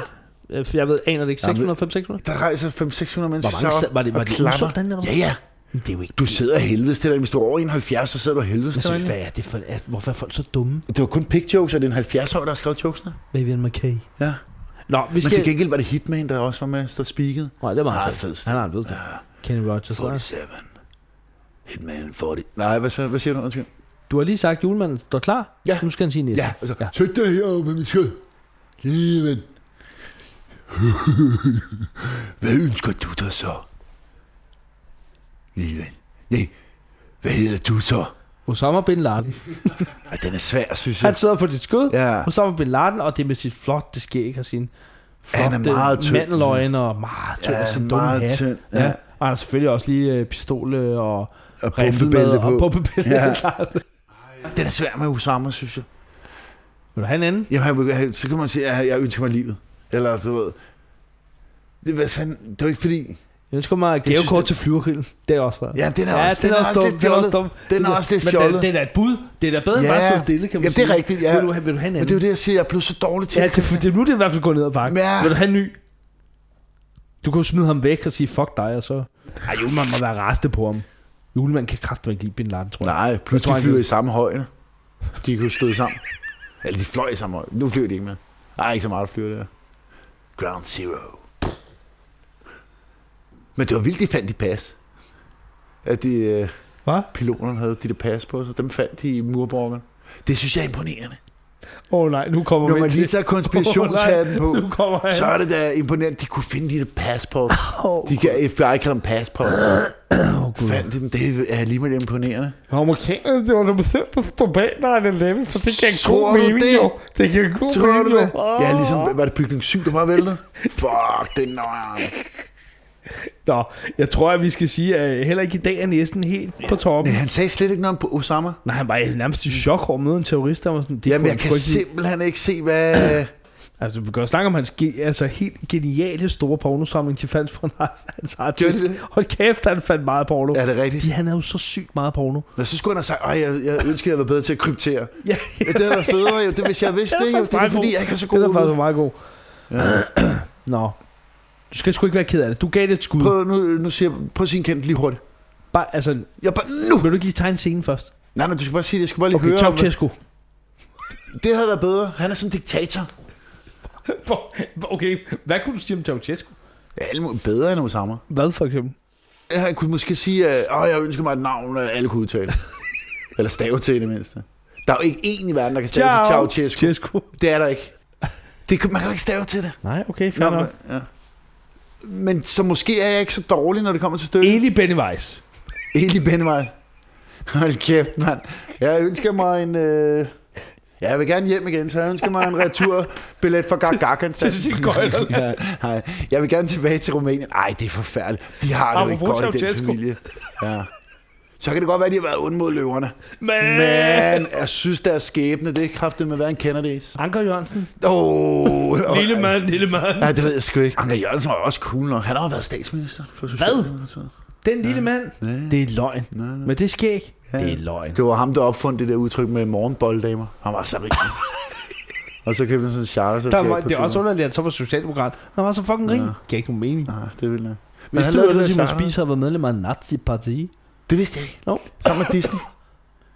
[SPEAKER 1] Jeg ved, aner det ikke.
[SPEAKER 4] Jamen,
[SPEAKER 1] 600, 500?
[SPEAKER 4] Der rejser 500-600 mennesker
[SPEAKER 1] Hvor mange
[SPEAKER 4] sig
[SPEAKER 1] sad-
[SPEAKER 4] op
[SPEAKER 1] var det- var
[SPEAKER 4] og
[SPEAKER 1] det
[SPEAKER 4] klapper.
[SPEAKER 1] udsolgt, den der, eller
[SPEAKER 4] Ja,
[SPEAKER 1] hvad?
[SPEAKER 4] ja.
[SPEAKER 1] Men det er jo ikke...
[SPEAKER 4] Du sidder af helvedes til dig. Hvis du er over 71, så sidder du af helvedes
[SPEAKER 1] Jeg
[SPEAKER 4] til
[SPEAKER 1] synes,
[SPEAKER 4] dig.
[SPEAKER 1] hvad er det for... Er, hvorfor er folk så dumme?
[SPEAKER 4] Det var kun pick jokes, og det er en 70-årig, der har skrevet jokesene.
[SPEAKER 1] Vivian McKay.
[SPEAKER 4] Ja.
[SPEAKER 1] Nå, vi
[SPEAKER 4] Men
[SPEAKER 1] skal...
[SPEAKER 4] til gengæld var det Hitman, der også var med, der speakede.
[SPEAKER 1] Nej, det var
[SPEAKER 4] Ah,
[SPEAKER 1] meget
[SPEAKER 4] fed
[SPEAKER 1] fedt.
[SPEAKER 4] stil.
[SPEAKER 1] Han har en ved ja. Kenny Rogers. altså. og-
[SPEAKER 4] 47. Hitman 40. Nej, hvad, så, hvad siger du? Undskyld.
[SPEAKER 1] Du har lige sagt, at julemanden står klar.
[SPEAKER 4] Ja.
[SPEAKER 1] Nu skal han sige næste.
[SPEAKER 4] Ja, altså,
[SPEAKER 1] Ja.
[SPEAKER 4] ja. sæt dig herovre på min skød. Lille ven. [laughs] hvad ønsker du dig så? Lille ven. Nej, hvad hedder du så?
[SPEAKER 1] Osama Bin Laden.
[SPEAKER 4] Ej, den er svær, synes jeg.
[SPEAKER 1] Han sidder på dit skød.
[SPEAKER 4] Ja.
[SPEAKER 1] Osama Bin Laden, og det er med sit flotte skæg og sin
[SPEAKER 4] Han er
[SPEAKER 1] flotte
[SPEAKER 4] meget tynd.
[SPEAKER 1] mandeløgne og meget tynd
[SPEAKER 4] Ja,
[SPEAKER 1] og sin dumme
[SPEAKER 4] meget
[SPEAKER 1] hat.
[SPEAKER 4] tynd,
[SPEAKER 1] Ja.
[SPEAKER 4] ja.
[SPEAKER 1] ja. Og han har selvfølgelig også lige øh, pistol øh, og,
[SPEAKER 4] Og
[SPEAKER 1] rifle med
[SPEAKER 4] bombebælte på.
[SPEAKER 1] Og bombebælte, ja.
[SPEAKER 4] Ja.
[SPEAKER 1] klart.
[SPEAKER 4] [laughs] Den er svær med Osama, synes jeg.
[SPEAKER 1] [laughs] Vil du have en anden?
[SPEAKER 4] Jamen, han- han- så kan man sige, at jeg ønsker mig livet. Eller, du ved... Det, hvad fanden, det var ikke fordi...
[SPEAKER 1] Jeg ønsker mig et
[SPEAKER 4] Jeg synes,
[SPEAKER 1] gavekort
[SPEAKER 4] det-
[SPEAKER 1] til flyverkrillen. Det er også bare.
[SPEAKER 4] Ja, den er
[SPEAKER 1] ja,
[SPEAKER 4] også, den er også
[SPEAKER 1] dum,
[SPEAKER 4] lidt
[SPEAKER 1] den er også
[SPEAKER 4] fjollet.
[SPEAKER 1] dum.
[SPEAKER 4] Den er også lidt
[SPEAKER 1] Men
[SPEAKER 4] fjollet.
[SPEAKER 1] det, det er da et bud. Det er da bedre end
[SPEAKER 4] Ja.
[SPEAKER 1] bare at sidde stille, kan man
[SPEAKER 4] Jamen, det er
[SPEAKER 1] sige.
[SPEAKER 4] rigtigt, ja.
[SPEAKER 1] Vil du, have- vil du have en
[SPEAKER 4] Men
[SPEAKER 1] anden?
[SPEAKER 4] det er jo det, jeg siger, jeg er blevet så dårlig til.
[SPEAKER 1] Ja, det, det, nu er det i hvert fald gået ned ad bakken.
[SPEAKER 4] Ja.
[SPEAKER 1] Vil du have en ny? Du kan jo smide ham væk og sige, fuck dig, og så... Ej, julemanden må være raste på ham. Julemanden kan kraftigt ikke lide Bin Laden, tror jeg.
[SPEAKER 4] Nej,
[SPEAKER 1] Jeg tror,
[SPEAKER 4] pludselig
[SPEAKER 1] han
[SPEAKER 4] flyver
[SPEAKER 1] kan-
[SPEAKER 4] i samme højde. De kunne støde sammen. Eller de fløj i samme højde. Nu flyver de ikke mere. Nej, ikke så meget der flyver der. Ground Zero. Men det var vildt, de fandt de pas. At de øh,
[SPEAKER 1] Hvad?
[SPEAKER 4] piloterne havde de der pas på sig. Dem fandt de i murbrokkerne. Det synes jeg er imponerende.
[SPEAKER 1] Åh oh, nej, nu kommer
[SPEAKER 4] Når man lige
[SPEAKER 1] Mette.
[SPEAKER 4] tager konspirationshatten [laughs]
[SPEAKER 1] Åh, oh, nej,
[SPEAKER 4] på,
[SPEAKER 1] nu kommer han.
[SPEAKER 4] så er det da imponerende, at de kunne finde de der pas på.
[SPEAKER 1] Åh,
[SPEAKER 4] De kan, FBI kalder dem pas på.
[SPEAKER 1] oh, gud.
[SPEAKER 4] Fandt de dem, det er alligevel imponerende.
[SPEAKER 1] Amerikanerne, øh, det var nummer 6, der stod bag 9-11, for det kan
[SPEAKER 4] Tror
[SPEAKER 1] god
[SPEAKER 4] du
[SPEAKER 1] mening,
[SPEAKER 4] det?
[SPEAKER 1] jo. Det kan god
[SPEAKER 4] Tror du
[SPEAKER 1] mening,
[SPEAKER 4] det?
[SPEAKER 1] jo. Åh.
[SPEAKER 4] Ja, ligesom, var det bygning 7, der var væltet? Fuck, det er nøjeren.
[SPEAKER 1] Nå, jeg tror, at vi skal sige, at heller ikke i dag er næsten helt på toppen.
[SPEAKER 4] Men han sagde slet ikke noget om Osama.
[SPEAKER 1] Nej, han var nærmest i chok over at møde en terrorist, der var sådan... Det
[SPEAKER 4] Jamen,
[SPEAKER 1] kunne
[SPEAKER 4] jeg
[SPEAKER 1] han
[SPEAKER 4] kan
[SPEAKER 1] sgu ikke lide.
[SPEAKER 4] simpelthen ikke se, hvad...
[SPEAKER 1] Altså, vi kan jo snakke om hans ge- altså, helt geniale store pornosamling, de fandt [laughs] på hans, hans harddisk.
[SPEAKER 4] Gjorde de det?
[SPEAKER 1] Hold kæft, han fandt meget porno.
[SPEAKER 4] er det rigtigt?
[SPEAKER 1] De, han havde jo så sygt meget porno.
[SPEAKER 4] Nå, så skulle han have sagt, at jeg, jeg ønsker, jeg var bedre til at kryptere.
[SPEAKER 1] Ja, [laughs]
[SPEAKER 4] Ja, det havde været federe, jo. Det, hvis jeg vidste det, jo. Det er
[SPEAKER 1] faktisk
[SPEAKER 4] fordi,
[SPEAKER 1] god.
[SPEAKER 4] jeg ikke er så
[SPEAKER 1] det
[SPEAKER 4] god.
[SPEAKER 1] er da faktisk
[SPEAKER 4] ud.
[SPEAKER 1] meget god. [clears throat] Nå. Du skal sgu ikke være ked af det. Du gav det et skud.
[SPEAKER 4] Prøv nu, nu siger jeg, prøv at sige en kendt lige hurtigt.
[SPEAKER 1] Bare, altså,
[SPEAKER 4] Jeg bare, nu!
[SPEAKER 1] vil du ikke lige tegne scenen først?
[SPEAKER 4] Nej, nej, du skal bare sige det. Jeg skal bare lige
[SPEAKER 1] Okay,
[SPEAKER 4] høre om det.
[SPEAKER 1] Ceausescu.
[SPEAKER 4] Det havde været bedre. Han er sådan en diktator.
[SPEAKER 1] Hvor- [laughs] Okay, hvad kunne du sige om Ceausescu?
[SPEAKER 4] Ja, Alle må bedre end Osama.
[SPEAKER 1] Hvad for eksempel?
[SPEAKER 4] Ja, Han kunne måske sige, at Åh, jeg ønsker mig et navn, øh, alle kunne udtale. [laughs] Eller stave til i det mindste. Der er jo ikke en i verden, der kan stave til Ciao Chesco.
[SPEAKER 1] Ceausescu.
[SPEAKER 4] Det er der ikke. Det, kan- man kan jo ikke stave til det.
[SPEAKER 1] Nej, okay, fair
[SPEAKER 4] Nå,
[SPEAKER 1] nok.
[SPEAKER 4] men, ja. men så måske er jeg ikke så dårlig, når det kommer til stykket.
[SPEAKER 1] Eli Pennywise.
[SPEAKER 4] Eli Benvej. Hold kæft, mand. Jeg ønsker mig en... Øh... Ja, jeg vil gerne hjem igen, så jeg ønsker mig en returbillet fra Gag Gag
[SPEAKER 1] Til Sigøjnerland.
[SPEAKER 4] ja, nej. Jeg vil gerne tilbage til Rumænien. Ej, det er forfærdeligt. De har det jo ikke
[SPEAKER 1] Apropos
[SPEAKER 4] godt i den
[SPEAKER 1] Ceausescu.
[SPEAKER 4] familie. Ja. Så kan det godt være, at de har været onde mod løverne.
[SPEAKER 1] Men...
[SPEAKER 4] Men jeg synes, deres skæbne, det er kraftigt med at være en Kennedys.
[SPEAKER 1] Anker Jørgensen.
[SPEAKER 4] Åh, oh,
[SPEAKER 1] Lille mand, lille mand.
[SPEAKER 4] Ja, det ved jeg sgu ikke. Anker Jørgensen var også cool nok. Han har jo været statsminister. For Hvad?
[SPEAKER 1] Den lille mand. Det er løgn.
[SPEAKER 4] nej.
[SPEAKER 1] Men det sker ikke. Det er løgn.
[SPEAKER 4] Det var ham, der opfandt det der udtryk med morgenbolddamer. Han var så rig.
[SPEAKER 1] [laughs]
[SPEAKER 4] og så købte han sådan en charter.
[SPEAKER 1] Der var, det er også underligt, at han så var socialdemokrat. Han var så fucking rig.
[SPEAKER 4] Ja.
[SPEAKER 1] Ja. Giver ikke nogen mening.
[SPEAKER 4] Nej, det ville jeg.
[SPEAKER 1] Hvis
[SPEAKER 4] han
[SPEAKER 1] du
[SPEAKER 4] lavede
[SPEAKER 1] ellers
[SPEAKER 4] det der
[SPEAKER 1] Simon
[SPEAKER 4] charter.
[SPEAKER 1] Spies har været medlem af en nazi-parti.
[SPEAKER 4] Det vidste jeg ikke.
[SPEAKER 1] No.
[SPEAKER 4] Sammen med Disney.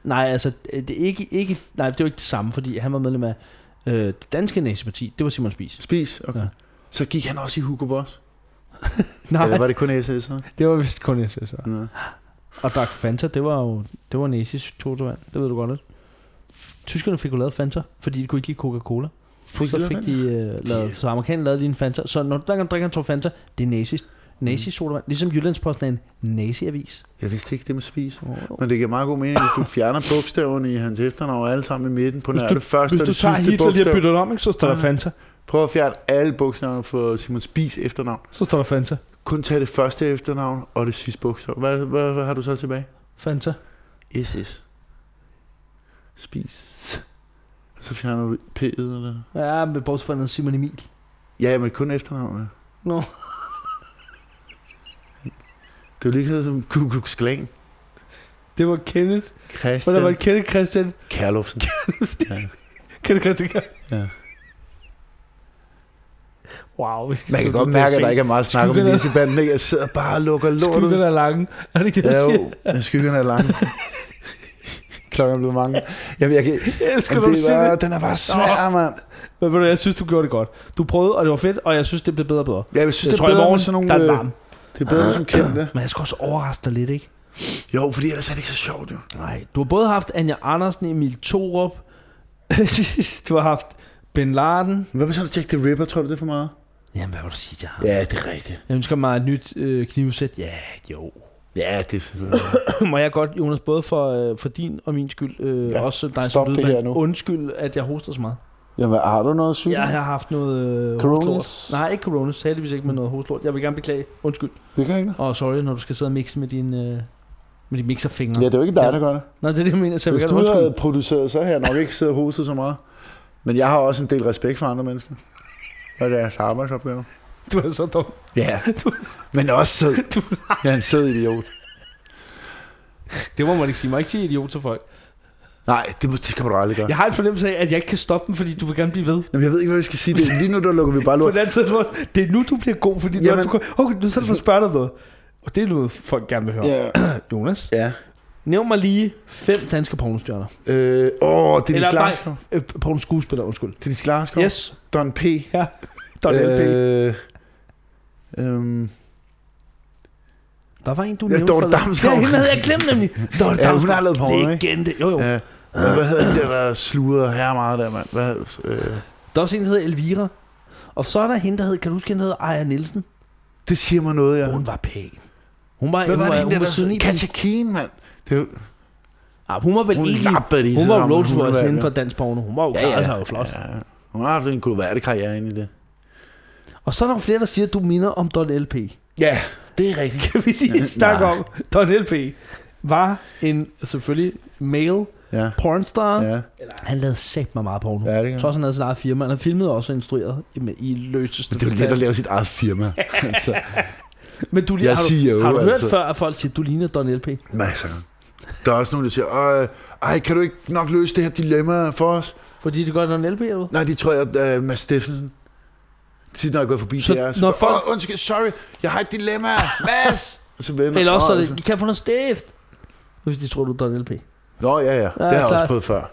[SPEAKER 1] Nej, altså, det er ikke, ikke, nej, det var ikke det samme, fordi han var medlem af øh, det danske naziparti. Det var Simon Spies.
[SPEAKER 4] Spis, okay.
[SPEAKER 1] Ja.
[SPEAKER 4] [laughs] Ja. Så gik han også i Hugo Boss.
[SPEAKER 1] Nej,
[SPEAKER 4] Eller var det kun SS'er?
[SPEAKER 1] det var vist kun SSR.
[SPEAKER 4] Ja.
[SPEAKER 1] Og Dark Fanta, det var jo det var nazis totevand. Det ved du godt lidt. Tyskerne fik jo lavet Fanta, fordi de kunne ikke lide Coca-Cola. Så fik de øh, lavet, så amerikanerne lavede lige en Fanta. Så når du drikker, drikker en tår Fanta, det er nazis. Nazi sodavand. Ligesom Jyllandsposten er en nazi-avis.
[SPEAKER 4] Jeg vidste ikke det med spis.
[SPEAKER 1] Oh.
[SPEAKER 4] Men det giver meget god mening, hvis du fjerner bogstaverne i hans efternavn alle sammen i midten på
[SPEAKER 1] Hvis
[SPEAKER 4] nær
[SPEAKER 1] du-
[SPEAKER 4] det første
[SPEAKER 1] Hvis
[SPEAKER 4] og
[SPEAKER 1] du
[SPEAKER 4] det
[SPEAKER 1] tager
[SPEAKER 4] sidste
[SPEAKER 1] Hitler lige og
[SPEAKER 4] bogstav.
[SPEAKER 1] bytter det om, ikke, så står der
[SPEAKER 4] Ja.
[SPEAKER 1] Fanta.
[SPEAKER 4] Prøv at fjerne alle bogstaverne for Simon Spis efternavn.
[SPEAKER 1] Så står der Fanta.
[SPEAKER 4] Kun tag det første efternavn og det sidste bogstav. Hvad, hvad, hvad har du så tilbage?
[SPEAKER 1] Fanta.
[SPEAKER 4] SS. Spis. Så fjerner du P'et, eller?
[SPEAKER 1] Ja, med bortset fra noget Simon Emil.
[SPEAKER 4] Ja, men kun efternavnet.
[SPEAKER 1] Nå.
[SPEAKER 4] Det er jo lige sådan som Ku Klux Klan.
[SPEAKER 1] Det var Kenneth. Og
[SPEAKER 4] Christian
[SPEAKER 1] der var Kenneth Christian.
[SPEAKER 4] Kærlufsen.
[SPEAKER 1] Kenneth Christian.
[SPEAKER 4] Ja.
[SPEAKER 1] Wow, vi skal
[SPEAKER 4] Man kan godt mærke, at der ikke er meget snak om
[SPEAKER 1] Skyggerne-
[SPEAKER 4] nissebanden. ikke? Jeg sidder bare og lukker lortet.
[SPEAKER 1] Skyggerne er lange. Er det ikke det, jeg
[SPEAKER 4] Ja,
[SPEAKER 1] siger?
[SPEAKER 4] jo. Ja, Skyggerne er lange. Klokken er blevet mange. Jamen, jeg kan...
[SPEAKER 1] Jeg elsker,
[SPEAKER 4] Jamen,
[SPEAKER 1] når du
[SPEAKER 4] det
[SPEAKER 1] siger
[SPEAKER 4] var,
[SPEAKER 1] det.
[SPEAKER 4] den er bare svær, mand.
[SPEAKER 1] Men ved du, jeg synes, du gjorde det godt. Du prøvede, og det var fedt, og jeg synes, det blev bedre og bedre.
[SPEAKER 4] Ja, jeg synes, det er
[SPEAKER 1] tror, i
[SPEAKER 4] bedre
[SPEAKER 1] morgen,
[SPEAKER 4] med sådan nogle...
[SPEAKER 1] der er
[SPEAKER 4] øh,
[SPEAKER 1] larm.
[SPEAKER 4] Det er bedre med sådan kendte.
[SPEAKER 1] Men jeg skal også overraske dig lidt, ikke?
[SPEAKER 4] Jo, fordi ellers er det ikke så sjovt, jo.
[SPEAKER 1] Nej, du har både haft Anja Andersen, Emil Thorup, [laughs] du har haft Ben Laden.
[SPEAKER 4] Hvad med sådan at Jack the Ripper? Tror du, det er for meget?
[SPEAKER 1] Jamen, hvad vil du sige til ham?
[SPEAKER 4] Ja, det er rigtigt.
[SPEAKER 1] Jeg ønsker mig et nyt øh, knivsæt. Ja, jo. [clears throat]
[SPEAKER 4] Ja, det er selvfølgelig.
[SPEAKER 1] Må jeg godt, Jonas, både for, øh, for din og min skyld, øh,
[SPEAKER 4] Ja,
[SPEAKER 1] ja, også dig
[SPEAKER 4] stop
[SPEAKER 1] som
[SPEAKER 4] det
[SPEAKER 1] lydmand.
[SPEAKER 4] her nu.
[SPEAKER 1] Undskyld, at jeg hoster så meget.
[SPEAKER 4] Jamen, har du noget sygt?
[SPEAKER 1] Jeg har haft noget... Øh,
[SPEAKER 4] Coronas?
[SPEAKER 1] hostelort. Nej, ikke coronas. Heldigvis ikke med noget hostlort. Jeg vil gerne beklage. Undskyld.
[SPEAKER 4] Det kan ikke noget.
[SPEAKER 1] Og sorry, når du skal sidde og mixe med din... Øh, med de mixerfingre.
[SPEAKER 4] Ja, det er jo ikke dig, der gør det.
[SPEAKER 1] Nå, det er det, jeg mener. Så jeg vil
[SPEAKER 4] Hvis
[SPEAKER 1] gerne
[SPEAKER 4] du
[SPEAKER 1] undskylde.
[SPEAKER 4] havde produceret, så havde jeg nok ikke siddet og hostet så meget. Men jeg har også en del respekt for andre mennesker. Og deres arbejdsopgaver.
[SPEAKER 1] [laughs] Du er så dum. [laughs]
[SPEAKER 4] Ja, men også sød. Jeg er en sød idiot.
[SPEAKER 1] Det må man ikke sige. Man må ikke sige idiot til folk.
[SPEAKER 4] Nej, det, må- det skal du aldrig gøre.
[SPEAKER 1] Jeg har en fornemmelse af, at jeg ikke kan stoppe dem, fordi du vil gerne blive ved.
[SPEAKER 4] Jamen, jeg ved ikke, hvad vi skal sige. Det, lige nu, der lukker vi bare
[SPEAKER 1] På
[SPEAKER 4] lort.
[SPEAKER 1] den anden side, hvor- det er nu, du bliver god, fordi Jamen,
[SPEAKER 4] Jamen-
[SPEAKER 1] du kan, okay, nu så er det for at spørge dig om noget. Og det er noget, folk gerne vil høre.
[SPEAKER 4] Ja.
[SPEAKER 1] Jonas,
[SPEAKER 4] ja.
[SPEAKER 1] nævn mig lige fem danske pornostjerner.
[SPEAKER 4] Øh, åh, det er Nis
[SPEAKER 1] Eller
[SPEAKER 4] Larskov.
[SPEAKER 1] nej, øh, pornoskuespillere, undskyld.
[SPEAKER 4] Det er Nis Larskov.
[SPEAKER 1] Yes,
[SPEAKER 4] Don P.
[SPEAKER 1] ja. Don LP.
[SPEAKER 4] Øh, øhm,
[SPEAKER 1] Der var en, du
[SPEAKER 4] Ja,
[SPEAKER 1] nævnte.
[SPEAKER 4] Dorte
[SPEAKER 1] forleden.
[SPEAKER 4] Damsgaard.
[SPEAKER 1] Ja, hende havde jeg glemt nemlig. Dorte
[SPEAKER 4] [laughs] Ja, hun har lavet porno, ikke?
[SPEAKER 1] Legende. Jo, jo.
[SPEAKER 4] ja. Hvad hedder det der, der sluder her meget der, mand? Hvad, øh,
[SPEAKER 1] Der er også en, der hedder Elvira. Og så er der hende, der hed, kan du huske, hende hedder Aya Nielsen?
[SPEAKER 4] det siger mig noget, ja.
[SPEAKER 1] Hun var pæn. Hun var,
[SPEAKER 4] Hvad var
[SPEAKER 1] hun
[SPEAKER 4] det, hende
[SPEAKER 1] hun
[SPEAKER 4] der,
[SPEAKER 1] var,
[SPEAKER 4] der
[SPEAKER 1] siden i-
[SPEAKER 4] sådan? Katja Keen, mand. Det, var-
[SPEAKER 1] Ah, hun var vel
[SPEAKER 4] Hun
[SPEAKER 1] egentlig...
[SPEAKER 4] lappede lige
[SPEAKER 1] Hun
[SPEAKER 4] så
[SPEAKER 1] var jo
[SPEAKER 4] sammen,
[SPEAKER 1] Rolls
[SPEAKER 4] hun
[SPEAKER 1] Royce
[SPEAKER 4] var-
[SPEAKER 1] inden for dansk porno. Hun var jo klar, ja, ja. jo flot. Ja.
[SPEAKER 4] Ja. Altså, Hun har haft en kulvertekarriere inde i det.
[SPEAKER 1] Og så er der jo flere, der siger, at du minder om Don LP.
[SPEAKER 4] Ja, det er rigtigt.
[SPEAKER 1] [laughs] Kan vi lige snakke
[SPEAKER 4] nej.
[SPEAKER 1] om, Don LP var en selvfølgelig male
[SPEAKER 4] Ja.
[SPEAKER 1] pornstar. Ja.
[SPEAKER 4] Ja.
[SPEAKER 1] Han lavede sæt mig meget porno.
[SPEAKER 4] Ja, det gør
[SPEAKER 1] Jeg tror også, han havde sit eget firma. Han har filmet og også instrueret i, i løseste
[SPEAKER 4] Men det er jo let at lave sit eget
[SPEAKER 1] [laughs]
[SPEAKER 4] firma. altså,
[SPEAKER 1] Men du,
[SPEAKER 4] Jeg
[SPEAKER 1] har,
[SPEAKER 4] siger
[SPEAKER 1] du,
[SPEAKER 4] jo,
[SPEAKER 1] har du hørt
[SPEAKER 4] altså.
[SPEAKER 1] før, at folk siger, at du ligner Don LP?
[SPEAKER 4] masser. Der er også nogen, der siger, "Øj, ej, kan du ikke nok løse det her dilemma for os?
[SPEAKER 1] Fordi det gør Don LP, eller hvad?
[SPEAKER 4] Nej, de tror, jeg er uh, Mads Steffensen. Tit, når jeg går forbi
[SPEAKER 1] Så
[SPEAKER 4] det er, så
[SPEAKER 1] når
[SPEAKER 4] når
[SPEAKER 1] folk- [laughs]
[SPEAKER 4] folk... undskyld, sorry, jeg har et dilemma, Mads! Og Og så vender
[SPEAKER 1] Eller også så
[SPEAKER 4] Nå, altså-
[SPEAKER 1] er det, I kan få noget stift. Hvis de tror, du er LP.
[SPEAKER 4] Nå, ja, ja. Det har jeg også
[SPEAKER 1] klart.
[SPEAKER 4] prøvet før.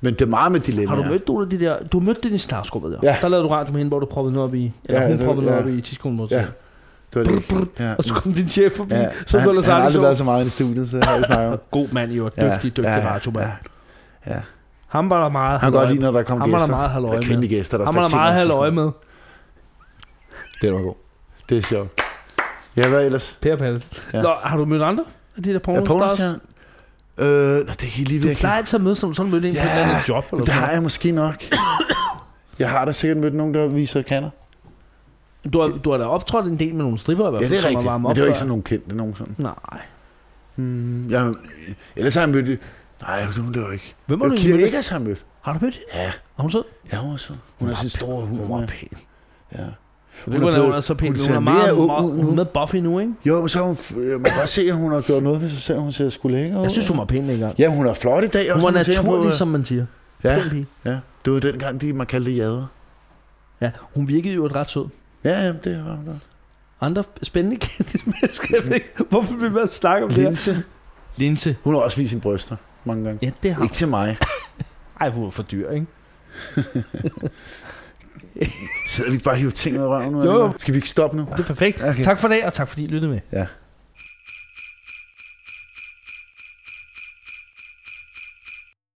[SPEAKER 4] Men det er meget med dilemmaer.
[SPEAKER 1] Har du mødt nogle af de der... Du har mødt Dennis Klarskov, ved jeg.
[SPEAKER 4] Ja.
[SPEAKER 1] Der lavede du radio med hende, hvor du proppede noget op i... Eller
[SPEAKER 4] Ja,
[SPEAKER 1] ja, hun
[SPEAKER 4] det-
[SPEAKER 1] proppede noget
[SPEAKER 4] ja.
[SPEAKER 1] op i tidskolen mod
[SPEAKER 4] Ja, det var det. Ja.
[SPEAKER 1] Og så kom din chef forbi,
[SPEAKER 4] Ja,
[SPEAKER 1] så
[SPEAKER 4] han,
[SPEAKER 1] du ellers
[SPEAKER 4] han har
[SPEAKER 1] aldrig
[SPEAKER 4] aldrig
[SPEAKER 1] så.
[SPEAKER 4] været så meget i studiet, så har vi snakket om.
[SPEAKER 1] God mand, jo. [laughs]
[SPEAKER 4] Ja,
[SPEAKER 1] Dygtig, dygtig
[SPEAKER 4] ja, ja,
[SPEAKER 1] radiomand.
[SPEAKER 4] ja.
[SPEAKER 1] Ham var der meget
[SPEAKER 4] Han kan
[SPEAKER 1] halløj
[SPEAKER 4] godt lide,
[SPEAKER 1] med.
[SPEAKER 4] når der kom
[SPEAKER 1] Ham var
[SPEAKER 4] gæster.
[SPEAKER 1] der meget halløj
[SPEAKER 4] Der er kvindelige
[SPEAKER 1] med.
[SPEAKER 4] gæster, der
[SPEAKER 1] Ham var
[SPEAKER 4] stak
[SPEAKER 1] der meget
[SPEAKER 4] ting om
[SPEAKER 1] halvøje med.
[SPEAKER 4] tidspunktet. Det var god. Det er sjovt. Ja, hvad ellers?
[SPEAKER 1] Per Palle.
[SPEAKER 4] Ja.
[SPEAKER 1] Nå, har du mødt andre af de der
[SPEAKER 4] Ja,
[SPEAKER 1] pornostars?
[SPEAKER 4] pornostjerne. Øh, nå, det kan I lige
[SPEAKER 1] Du
[SPEAKER 4] virkelig.
[SPEAKER 1] plejer altid at møde sådan, sådan mødte en på et
[SPEAKER 4] Ja,
[SPEAKER 1] eller andet job. Eller
[SPEAKER 4] Det har
[SPEAKER 1] sådan.
[SPEAKER 4] jeg måske nok. Jeg har da sikkert mødt nogen, der viser kanner.
[SPEAKER 1] noget. Du har, du har da optrådt en del med nogle stripper i hvert
[SPEAKER 4] Ja,
[SPEAKER 1] fald,
[SPEAKER 4] det er
[SPEAKER 1] som har
[SPEAKER 4] rigtigt.
[SPEAKER 1] varmet
[SPEAKER 4] Men
[SPEAKER 1] op
[SPEAKER 4] det var ikke
[SPEAKER 1] før.
[SPEAKER 4] sådan nogen kendte, nogen sådan.
[SPEAKER 1] Nej.
[SPEAKER 4] Mm, jeg, ellers har jeg mødt... Nej, det var ikke.
[SPEAKER 1] Hvem
[SPEAKER 4] Det
[SPEAKER 1] har
[SPEAKER 4] var
[SPEAKER 1] du
[SPEAKER 4] Kira
[SPEAKER 1] mødt?
[SPEAKER 4] Eggers, har jeg mødt.
[SPEAKER 1] Har du mødt hende?
[SPEAKER 4] Ja.
[SPEAKER 1] Er hun sød?
[SPEAKER 4] Ja, hun er så. Hun har sin store
[SPEAKER 1] Hun
[SPEAKER 4] humor.
[SPEAKER 1] var
[SPEAKER 4] ja.
[SPEAKER 1] pæn.
[SPEAKER 4] Ja.
[SPEAKER 1] Hun, hun, er, blevet, hun er så pæn. Hun, hun er meget,
[SPEAKER 4] ung
[SPEAKER 1] meget,
[SPEAKER 4] ud
[SPEAKER 1] hun er
[SPEAKER 4] nu.
[SPEAKER 1] med Buffy nu, ikke?
[SPEAKER 4] Jo, men så er hun, f- man kan godt se, at hun har gjort noget ved sig selv. Hun ser sgu længere ud.
[SPEAKER 1] Jeg synes, hun var pæn dengang.
[SPEAKER 4] Ja, hun er flot i dag.
[SPEAKER 1] Hun
[SPEAKER 4] også,
[SPEAKER 1] var
[SPEAKER 4] når man tænker på,
[SPEAKER 1] naturlig,
[SPEAKER 4] øh,
[SPEAKER 1] som man siger.
[SPEAKER 4] Ja,
[SPEAKER 1] Pæn pige.
[SPEAKER 4] ja. Det var dengang, de, man kaldte det jader.
[SPEAKER 1] Ja, hun virkede jo et ret sød.
[SPEAKER 4] Ja, ja, det var hun da.
[SPEAKER 1] Andre spændende kendte mennesker, jeg ved ikke, hvorfor vi bare snakke om det her.
[SPEAKER 4] Linse.
[SPEAKER 1] Linse.
[SPEAKER 4] Hun har også vist sine bryster mange gange.
[SPEAKER 1] Ja, det har
[SPEAKER 4] Ikke til mig.
[SPEAKER 1] Ej, hun er for dyr, ikke?
[SPEAKER 4] Sidder vi bare og hiver ting ud af røven nu?
[SPEAKER 1] Jo.
[SPEAKER 4] eller hvad? Skal vi ikke stoppe nu?
[SPEAKER 1] Det er perfekt.
[SPEAKER 4] Okay.
[SPEAKER 1] Tak for i dag, og tak fordi I lyttede med.
[SPEAKER 4] Ja.